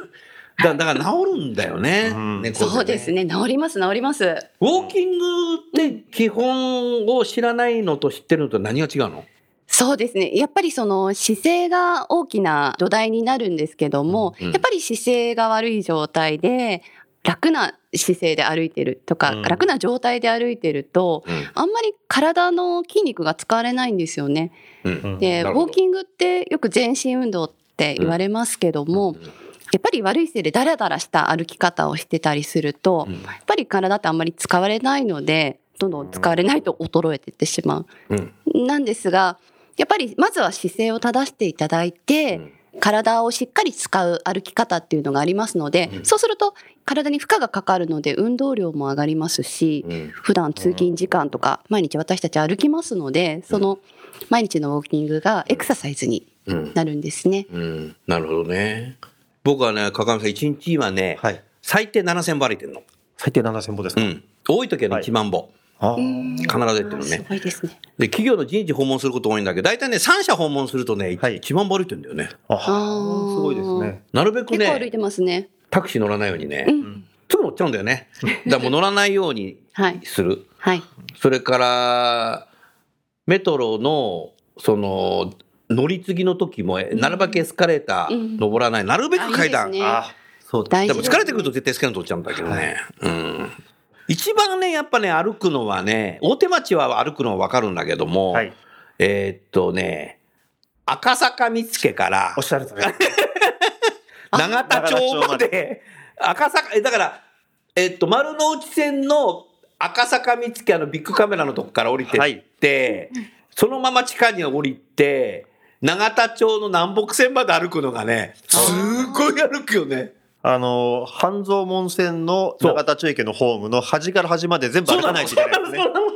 S5: だだから治るんだよね。
S3: うん
S5: 猫背ね
S4: そうです。ね。治ります、治ります。
S5: ウォーキングって基本を知らないのと知ってるのと何が違うの？
S4: そうですね。やっぱりその姿勢が大きな土台になるんですけども、
S5: うん
S4: やっぱり姿勢が悪い状態で、楽な姿勢で歩いてるとか、
S3: うん
S4: 楽な状態で歩いてると、あんまり体の筋肉が使われないんですよね。
S5: うん
S4: で、ウ
S5: なるほど
S4: ォーキングってよく全身運動って言われますけども、やっぱり悪い姿勢でダラダラした歩き方をしてたりすると、
S5: うん
S4: やっぱり体ってあんまり使われないので、どんどん使われないと衰えていってしま
S5: うん
S4: う。なんですが、やっぱりまずは姿勢を正していただいて、体をしっかり使う歩き方っていうのがありますので、
S5: うん
S4: そうすると体に負荷がかかるので運動量も上がりますし、
S5: うん
S4: 普段通勤時間とか毎日私たち歩きますのでその毎日のウォーキングがエクササイズに
S5: うん
S4: なるんですね。
S5: うんなるほどね。僕はね、かかみさん一日はね、
S3: はい。
S5: 最低七千歩歩いてるの。
S3: 最低7000歩です
S5: う
S3: か、
S5: ん。多い時はね一万歩、
S3: ああ
S5: 必ず行ってるの
S4: す
S5: ね。
S4: ごいですね。
S5: で企業の人事訪問すること多いんだけど、大体ね三社訪問するとね一、
S3: はい
S5: 万歩歩いてるんだよね。
S3: あ
S4: あー
S3: すごいですね。
S5: なるべく
S4: 結構歩
S5: ね
S4: いてますね。
S5: タクシー乗らないようにね、
S4: うん
S5: すぐ乗っちゃうんだよ ね。だからもう乗らないように
S4: はい
S5: する。
S4: はい
S5: それから、メトロの、その、乗り継ぎの時も、なるべくエスカレータ
S4: う
S5: ー
S4: ん
S5: 登らない。なるべく階
S4: あいい
S5: 段。
S4: ですね
S5: あそう
S4: 大
S5: で
S4: 事
S5: も
S4: です
S5: 疲れてくると絶対エスカレーター取っちゃうんだけどね。うん。一番ね、やっぱね、歩くのはね、大手町は歩くのは分かるんだけども、
S3: はい。
S5: えーっとね、赤坂見附から
S3: おっ、しゃるとね。
S5: 永田町まで、赤坂、えだから、えっと、丸の内線の赤坂見附のビッグカメラのとこから降りてって、そのまま地下に降りて、永田町の南北線まで歩くのがね、すっごい歩くよね。
S3: あの、半蔵門線の
S5: そう
S3: 長田町駅のホームの端から端まで全部歩かないといけないです
S5: そう
S3: ね。
S5: なの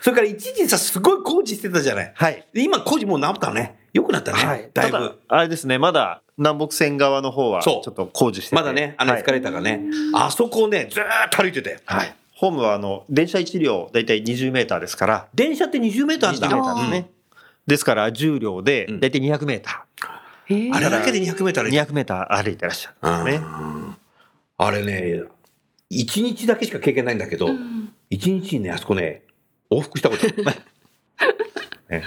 S5: それから一時さ、すごい工事してたじゃない。
S3: はい。
S5: で今工事もう治ったね。良くなったね。
S3: はい。
S5: だ
S3: た
S5: い
S3: だ
S5: ぶ。、
S3: あれですね、まだ南北線側の方は、ち
S5: そ
S3: ょ
S5: う
S3: っと工事してて
S5: まだね、あのエスカレーターがね、あそこをね、ずーっと歩いてて。
S3: はい。ホームは、あの、電車1両、だいたい20メーターですから、
S5: 電車って20メートルあるんだ。
S3: 20メー
S4: ターです
S3: ねですから10両で
S5: うん、
S3: だいたい200メータ
S4: へ
S5: う
S4: え
S5: んあれだけで200メート
S3: ー、
S5: ル
S3: 200メーター歩いてらっしゃるんですね。
S5: ね。あれね、一日だけしか経験ないんだけど、
S4: うん
S5: 一日にね、あそこね、往復したことあ るね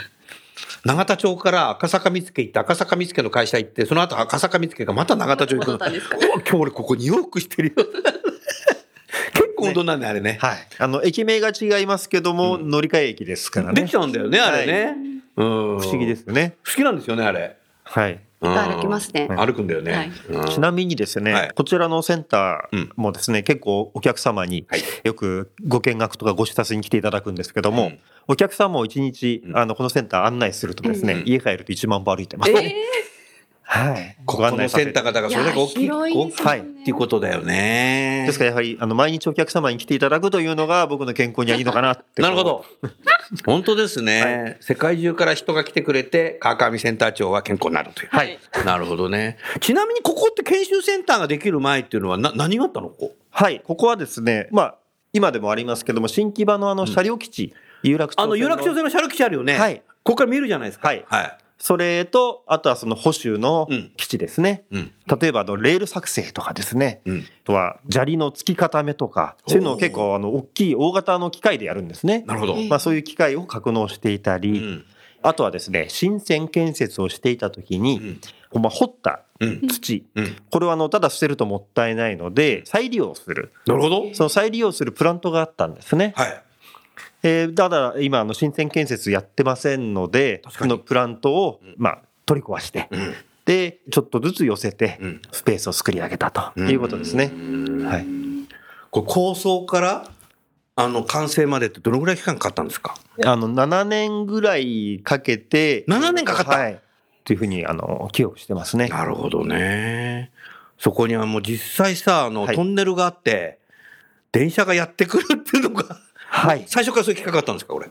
S5: 永田町から赤坂見附行って、赤坂見附の会社行って、その後赤坂見附がまた永田町行くの。う
S4: また
S5: わ、
S4: 戻ったん
S5: 今
S4: で
S5: 日俺ここ2往復してる よ。結構運動なんだよ、あれね。
S3: はい。あの、駅名が違いますけど
S5: う
S3: も、
S5: ん
S3: 乗り換え駅ですから
S5: で
S3: ね
S5: き。ちゃうんだよね、あれね。うん。。
S3: 不思議ですすよね。
S5: 好きなんですよね、あれ。
S3: はい。
S5: うん
S4: 歩きますね。
S5: 歩くんだよね。
S4: はい
S5: うん
S3: ちなみにですね、
S5: はい
S3: こちらのセンタ
S5: うん
S3: ーもですね、結構お客様に
S5: はい
S3: よくご見学とかご視察に来ていただくんですけども、
S5: うん
S3: お客様を一日、
S5: うん
S3: あのこのセンター案内するとですね、
S5: うん
S3: 家帰ると1万歩歩いてます、
S4: え
S3: ね。
S4: え
S3: はい。
S5: ここ
S3: ご案
S5: の
S3: 内さ
S5: セ
S3: せ
S5: ンタ
S3: て
S5: ーがだから
S4: い
S5: それだ
S4: や
S5: け大きい
S4: 広いですよ
S3: は
S4: ね
S3: いって
S5: っていうことだよね。
S3: ですからやはりあの毎日お客様に来ていただくというのが僕の健康にはいいのかなって。
S5: なるほ。 ど。本当ですね、世界中から人が来てくれて、川上センター長は健康になるという。
S3: はい。
S5: なるほどね。ちなみにここって研修センターができる前っていうのはな何があったのここ
S3: はい。ここはですね、まあ今でもありますけども新木場のあの車両基地、有楽町
S5: あ
S3: 線
S5: の有楽町線の車両基地あるよね。
S3: はい。
S5: ここから見えるじゃないですか。
S3: はい
S5: はい。
S3: それとあとはその保守の
S5: うん
S3: 基地ですね。
S5: うん。
S3: 例えばあのレール作成とかですね。
S5: うん。
S3: あとは砂利の付き固めとかそういうのを結構あの大きい大型の機械でやるんですね。
S5: なるほど。
S4: え
S3: まあ、そういう機械を格納していた
S5: う
S3: り、
S5: ん。
S3: あとはですね新線建設をしていた時
S5: う
S3: に、
S5: ん。
S3: まあ、掘った
S5: うん。
S3: 土
S5: うん。
S3: これはあのただ捨てるともったいないので再利用する
S5: なるほど。
S3: その再利用するプラントがあったんですね。
S5: はい。
S3: えーただ今あの新線建設やってませんので
S5: 確か
S3: そ
S5: に
S3: のプラントを
S5: うん
S3: まあ取り壊して
S5: うん。
S3: でちょっとずつ寄せて
S5: うん。
S3: スペースを作り上げたということですね。はい
S5: これ構想からあの完成までってどのぐらい期間かかったんですか。
S3: あの7年ぐらいかけて
S5: 7年かかった
S3: はい、というふうにあの記憶してますね。
S5: なるほどね。そこにはもう実際さ、あの、
S3: はい
S5: トンネルがあって、電車がやってくるっていうのが、
S3: はい、
S5: 最初からそういう企画だったんですか、これ。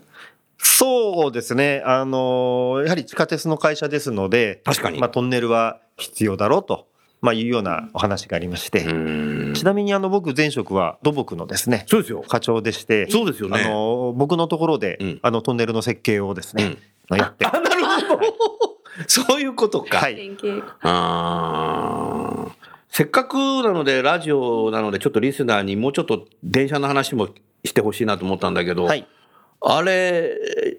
S3: そうですね、あのやはり地下鉄の会社ですので、
S5: 確かに。
S3: まあ、トンネルは必要だろうと、まあ、いうようなお話がありまして、
S5: うーん
S3: ちなみにあの僕、前職は土木のですね
S5: そうですよ。
S3: 課長でして、
S5: そうですよ
S3: あ
S5: ね。
S3: の僕のところで、
S5: うん
S3: あのトンネルの設計をですね、やって、
S5: あ、なるほど。 そういうことか。
S3: はい
S4: 連携
S5: あーせっかくなので、ラジオなので、ちょっとリスナーにもうちょっと電車の話もしてほしいなと思ったんだけど、
S3: はい、
S5: あれ、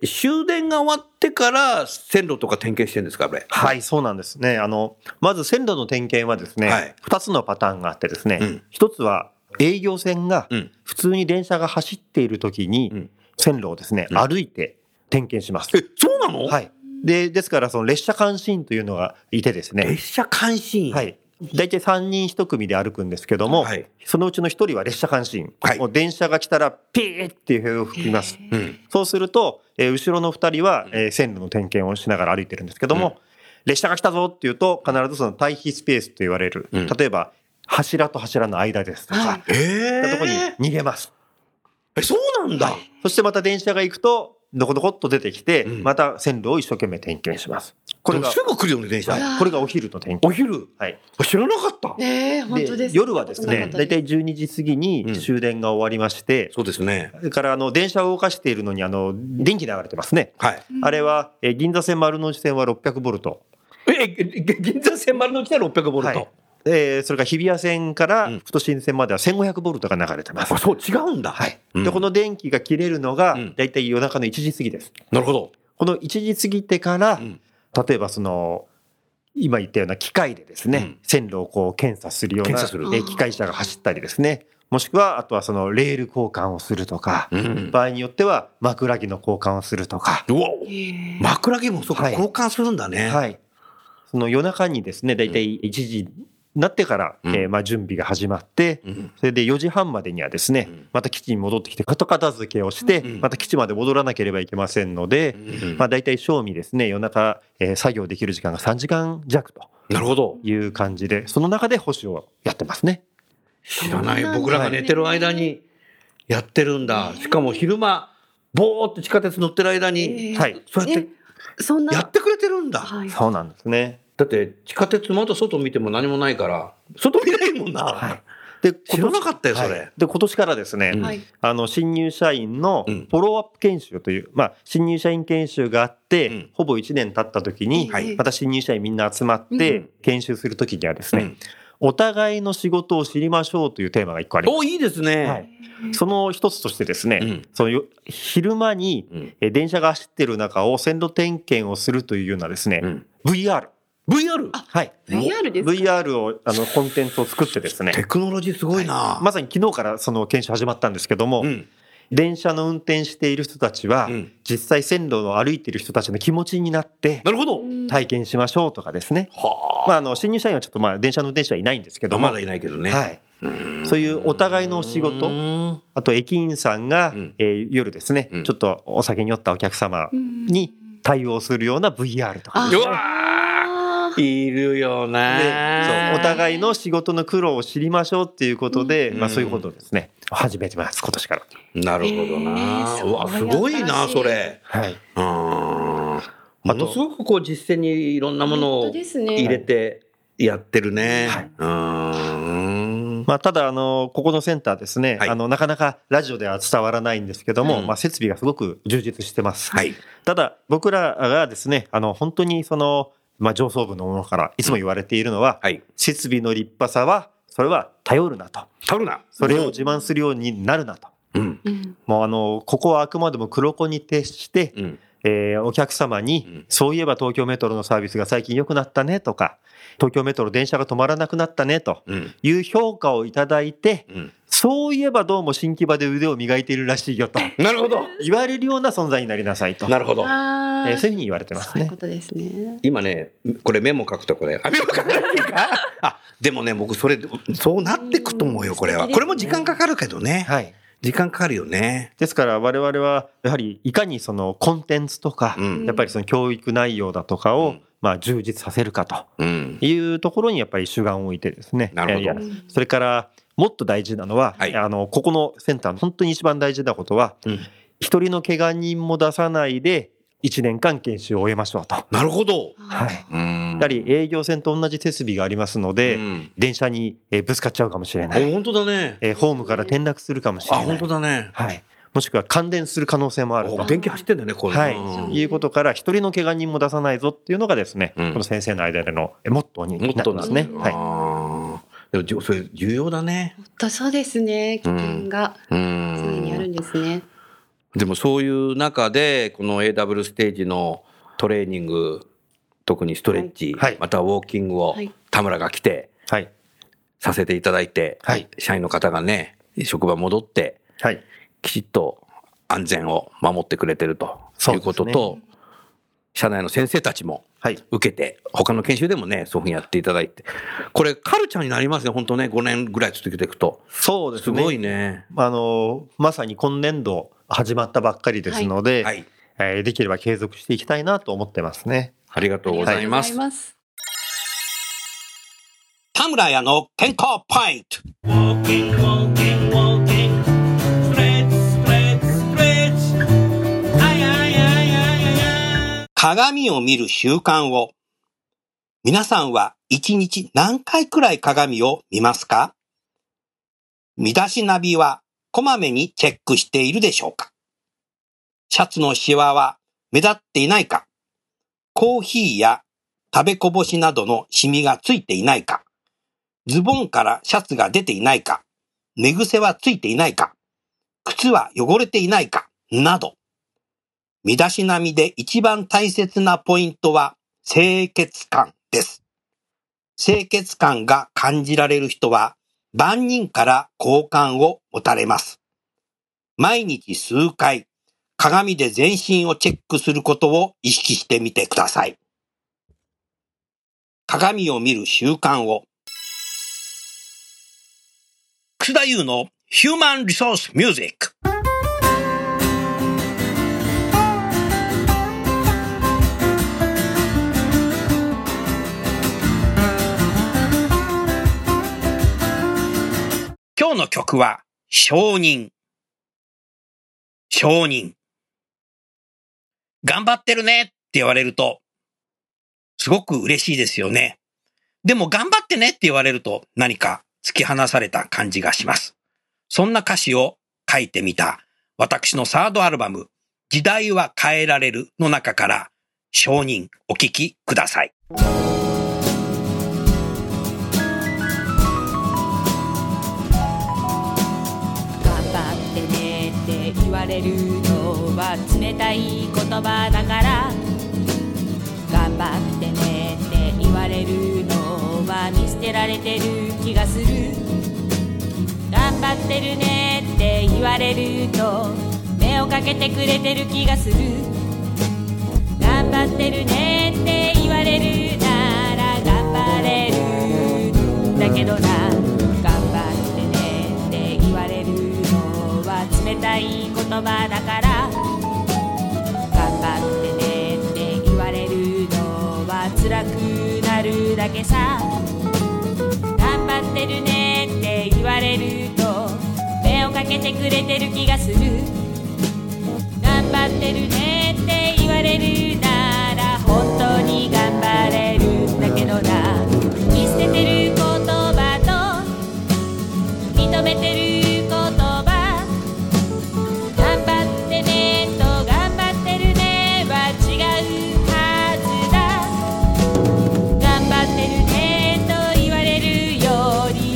S5: 終電が終わってから線路とか点検してるんですか、あれ。
S3: はい、そうなんですね。あの、まず線路の点検はですね、
S5: はい
S3: 2つのパターンがあってですね、
S5: うん
S3: 1つは営業線が
S5: うん
S3: 普通に電車が走っている時
S5: う
S3: に
S5: ん
S3: 線路をですね、
S5: うん
S3: 歩いて点検します。
S5: え、そうなの
S3: はい。で、ですからその列車監視員というのがいてですね、
S5: 列車監視員。
S3: はい。大体3人1組で歩くんですけども、
S5: はい
S3: そのうちの1人は列車監視員。
S5: はい
S3: もう電車が来たらピーって笛を吹きます。
S5: うん。
S3: そうすると、えー後ろの2人は、えー線路の点検をしながら歩いてるんですけども、
S5: うん
S3: 列車が来たぞっていうと必ずその退避スペースと言われる、
S5: うん
S3: 例えば柱と柱の間ですとか、
S4: はい
S5: え
S3: そういうとこ
S5: ー、
S3: に逃げます、
S5: えそうなんだ。
S3: そしてまた電車が行くとどこどこっと出てきて、
S5: うん
S3: また線路を一生懸命点検します
S5: こ
S3: これ
S5: れ
S3: が、
S5: すぐ来るよね、電車。
S3: はいこれがお昼の点検
S5: お昼。
S3: はい、
S5: 知らなかった。
S4: ねえ本当です
S3: 夜はです
S4: な
S3: ね
S4: んか
S3: 大体12時過ぎ
S5: うん
S3: に終電が終わりまして、
S5: そうですね。
S3: それからあの電車を動かしているのにあの電気流れてますね、
S5: はい。
S3: あれは、えー銀座線丸の内線は600ボルト
S5: え、え銀座線丸の内は600ボルト。
S3: はいえーそれから日比谷線から
S5: うん
S3: 太新線までは1500ボルトが流れてます。
S5: あ、そう、違うんだ。
S3: はい
S5: うん
S3: でこの電気が切れるのが
S5: うん
S3: だいたい夜中の1時過ぎです。
S5: なるほど。
S3: この1時過ぎてから
S5: うん
S3: 例えばその今言ったような機械でですね、
S5: うん
S3: 線路をこう検査するような
S5: 検査する
S3: えー機械車が走ったりですねもしくは、あとはそのレール交換をするとか、
S5: うん。
S3: 場合によっては枕木の交換をするとか、
S5: うわ
S4: え
S5: 枕木もそうか、
S3: はい
S5: 交換するんだね。
S3: はい。その夜中にですね、だいたい1時になってから、
S5: うん
S3: えーまあ準備が始まって、
S5: うん
S3: それで4時半までにはですね、
S5: うん
S3: また基地に戻ってきて、後片付けをして、
S5: うん
S3: また基地まで戻らなければいけませんので、まあ、大体正味ですね夜中、えー作業できる時間が3時間弱と
S5: なるほど。
S3: いう感じでその中で保守をやってますね
S5: 知らない
S4: そうなんですね
S5: 僕らが寝てる間にやってるんだしかも昼間ボーって地下鉄乗ってる間に
S4: え
S3: はい
S5: そうやって
S4: えそんな
S5: やってくれてるんだ
S4: はい
S3: そうなんですね
S5: だって地下鉄まだ外見ても何もないから外見ないもんな、
S3: はいで
S5: 知らなかったよそれ、
S3: はいで今年からですね、
S5: うん
S4: はい
S3: あの新入社員のフ
S5: うん
S3: ォローアップ研修という、まあ、新入社員研修があって、
S5: うん
S3: ほぼ1年経った時に、
S5: はい
S3: また新入社員みんな集まっ
S5: う
S3: て
S5: ん
S3: 研修する時にはですね、
S5: うん
S3: お互いの仕事を知りましょうというテーマが1個ありま
S5: おいいです
S3: す、
S5: ね、
S3: はい、その一つとしてですね、
S5: うん
S3: そのよ昼間に
S5: うん
S3: えー電車が走ってる中を線路点検をするというようなですね、
S5: うん
S3: VR。
S5: VR
S3: はい
S4: VR ですか
S3: VR を、あの、コンテンツを作ってですね
S5: テ、クノロジーすごいな、
S3: まさに昨日からその研修始まったんですけども、
S5: うん
S3: 電車の運転している人たちは、
S5: うん
S3: 実際線路を歩いている人たちの気持ちになって、
S5: なるほど、
S3: 体験しましょうとかですね。
S5: は
S3: まあ、あの、新入社員はちょっとまあ、電車の運転手はいないんですけ
S5: あ
S3: ども、
S5: まだいないけどね、
S3: はい。そういうお互いのお仕
S5: う
S3: 事、
S5: ん
S3: あと駅員さんが、
S5: うん
S3: えー夜ですね、
S5: うん
S3: ちょっとお酒に酔ったお客様に対応するような VR とかです
S5: う
S3: ね。
S5: わ
S4: あ
S5: ーいるよ
S3: で
S5: な
S3: そうお互いの仕事の苦労を知りましょうっていうことで、
S5: うん
S3: まあ、そういうことをですね始めてます今年から、
S5: なるほど
S4: えー
S5: な、
S4: そうう
S5: わすごいな
S4: 新しい
S5: それ
S3: はい、
S5: うんものすごくこう実践にいろんな
S4: ー
S5: もの
S4: 本
S5: を
S4: 当で
S5: 入
S4: すね
S5: れてやってるね
S3: はい。
S5: うん。
S3: まあ、ただあのここのセンターですね、
S5: はい
S3: あのなかなかラジオでは伝わらないんですけども、
S5: うん
S3: まあ、設備がすごく充実してます、
S5: はい。
S3: ただ僕らがですねあの本当にその、まあ、上層部の者からいつも言われているのは、
S5: はい。
S3: 設備の立派さはそれは頼るなと
S5: 取るな。
S3: それを自慢するようになるなと。
S5: うん。
S4: うん
S3: もうあのここはあくまでも黒子に徹して、
S5: うん。
S3: えーお客様に、
S5: うん
S3: そういえば東京メトロのサービスが最近良くなったねとか、東京メトロ電車が止まらなくなったねと
S5: うん。
S3: いう評価をいただいて、
S5: うん。
S3: そういえばどうも新木場で腕を磨いているらしいよと
S5: なるほど。
S3: 言われるような存在になりなさいと、
S5: なるほど。
S4: あ
S3: え
S4: ー
S3: ーそういうふうに言われてます
S4: そういう
S3: ね
S4: こ。とですね
S5: 今ね、これメモ書くとこれ。あ、メモ書かないか。あ、でもね、僕それ、そうなってくと思うよ、これは。これも時間かかるけどね。
S3: はい
S5: 時間かかるよね。
S3: ですから我々はやはりいかにそのコンテンツとか、
S5: うん
S3: やっぱりその教育内容だとかを、
S5: うん
S3: まあ、充実させるかと
S5: うん。
S3: いうところにやっぱり主眼を置いてですね
S5: なるほど
S3: えーやら
S4: うん
S3: それからもっと大事なのは、
S5: はい
S3: あのここのセンターの本当に一番大事なことは
S5: うん
S3: 一人の怪我人も出さないで1年間研修を終えましょうと。
S5: なるほど。
S3: はい、や
S5: うん
S3: はり営業線と同じ設備がありますので、
S5: うん
S3: 電車にえーぶつかっちゃうかもしれ
S5: あ
S3: ない、
S5: 本当だね。
S3: えーホームから転落するかもし
S5: あ、
S3: れな
S5: 本
S3: い
S5: 当、だね。
S3: はい、もしくは感電する可能性もある
S5: お
S3: と。
S5: 電気走ってんだよね、これ。
S3: は
S5: うん
S3: い、いうことから一人の怪我人も出さないぞっていうのがですね、
S5: うん
S3: この先生の間でのえモットーに
S5: もっ
S3: な
S5: と
S3: り
S5: なん
S3: ま
S5: だ
S3: すね。
S5: よ
S3: はい、
S5: あーでもじょそれ重要だね。
S4: 本当そうですね危険が
S5: う
S4: そういうふうにある
S5: ん。
S4: んですね
S5: でもそういう中でこの AW ステージのトレーニング、特にストレッチ、
S3: はい
S5: またウォーキングを
S4: はい
S5: 田村が来て
S3: はい、
S5: させていただいて、
S3: はい
S5: 社員の方がね職場戻って
S3: はい、
S5: きちっと安全を守ってくれてると
S3: そう
S5: いう
S3: ですね
S5: ことと、社内の先生たちも
S3: はい、
S5: 受けて、他の研修でもね、そういうふうにやっていただいて、これ、カルチャーになりますね、本当ね、5年ぐらい続けていくと。
S3: そうですすね。
S5: ごいね。
S3: あのまさに今年度始まったばっかりですので、
S5: はい。
S3: えーできれば継続していきたいなと思ってますね。
S5: ありがとうございます。
S4: ありがとうございます
S2: 田村屋の健康ポイント。鏡を見る習慣を。皆さんは一日何回くらい鏡を見ますか身だしなびはこまめにチェックしているでしょうかシャツのシワは目立っていないかコーヒーや食べこぼしなどのシミがついていないかズボンからシャツが出ていないか、寝癖はついていないか、靴は汚れていないか、など。身だしなみで一番大切なポイントは清潔感です。清潔感が感じられる人は万人から好感を持たれます。毎日数回、鏡で全身をチェックすることを意識してみてください。鏡を見る習慣を。楠田優のヒューマンリソースミュージック。今日の曲は、承認。承認。頑張ってるねって言われると、すごく嬉しいですよね。でも頑張ってねって言われると何か突き放された感じがします。そんな歌詞を書いてみた私のサードアルバム、時代は変えられるの中から、承認お聴きください。
S1: 頑張ってねって言われるのは冷たい言葉だから頑張ってねって言われるのは見捨てられてる気がする頑張ってるねって言われると目をかけてくれてる気がする頑張ってるねって言われるなら頑張れるんだけどな頑張ってねって言われるのは冷たい言葉だから頑張ってねって言われるのは辛くなるだけさ頑張ってるねって言われると目をかけてくれてる気がする頑張ってるねって言われるなら本当に頑張れるんだけどな見捨ててる言葉と認めてる言葉頑張ってねと頑張ってるねは違うはずだ頑張ってるねと言われるより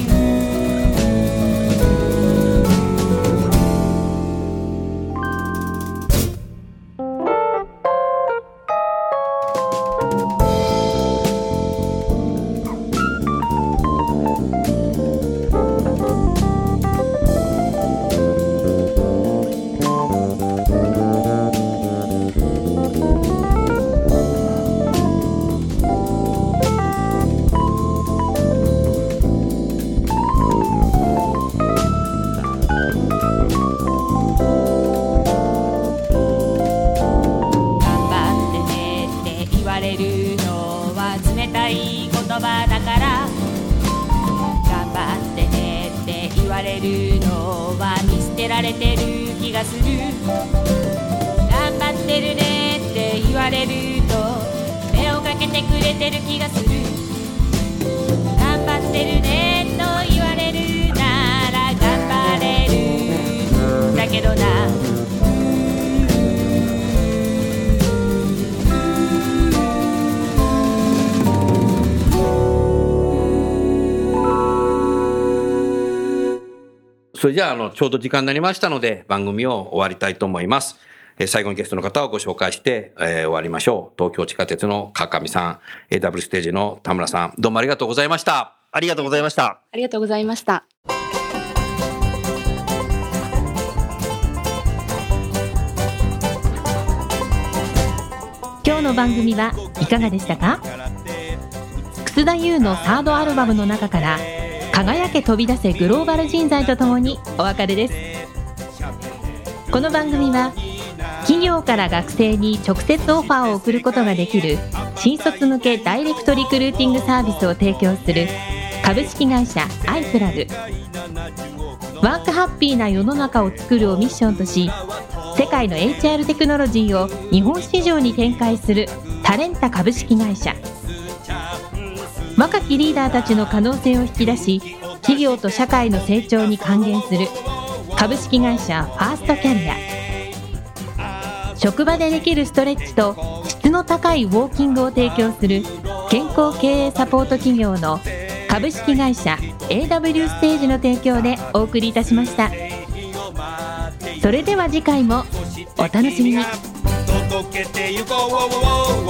S1: 頑張ってねって言われるのは冷たい言葉だから頑張ってねって言われるのは見捨てられてる気がする頑張ってるねって言われると目をかけてくれてる気がする頑張ってるねと言われるなら頑張れるんだけどな
S5: それじゃあ、あの、ちょうど時間になりましたので、番組を終わりたいと思います。えー最後にゲストの方をご紹介して、えー終わりましょう。東京地下鉄の川上さん、AW ステージの田村さん、どうもありがとうございました。
S3: ありがとうございました。
S4: ありがとうございました。
S6: 今日の番組はいかがでしたか楠田優のサードアルバムの中から輝け飛び出せグローバル人材とともにお別れですこの番組は企業から学生に直接オファーを送ることができる新卒向けダイレクトリクルーティングサービスを提供する株式会社アイプラグワークハッピーな世の中を作るをミッションとし世界の HR テクノロジーを日本市場に展開するタレンタ株式会社若きリーダーたちの可能性を引き出し企業と社会の成長に還元する株式会社ファーストキャリア職場でできるストレッチと質の高いウォーキングを提供する健康経営サポート企業の株式会社 AW ステージの提供でお送りいたしましたそれでは次回もお楽しみに
S7: 届けてゆこう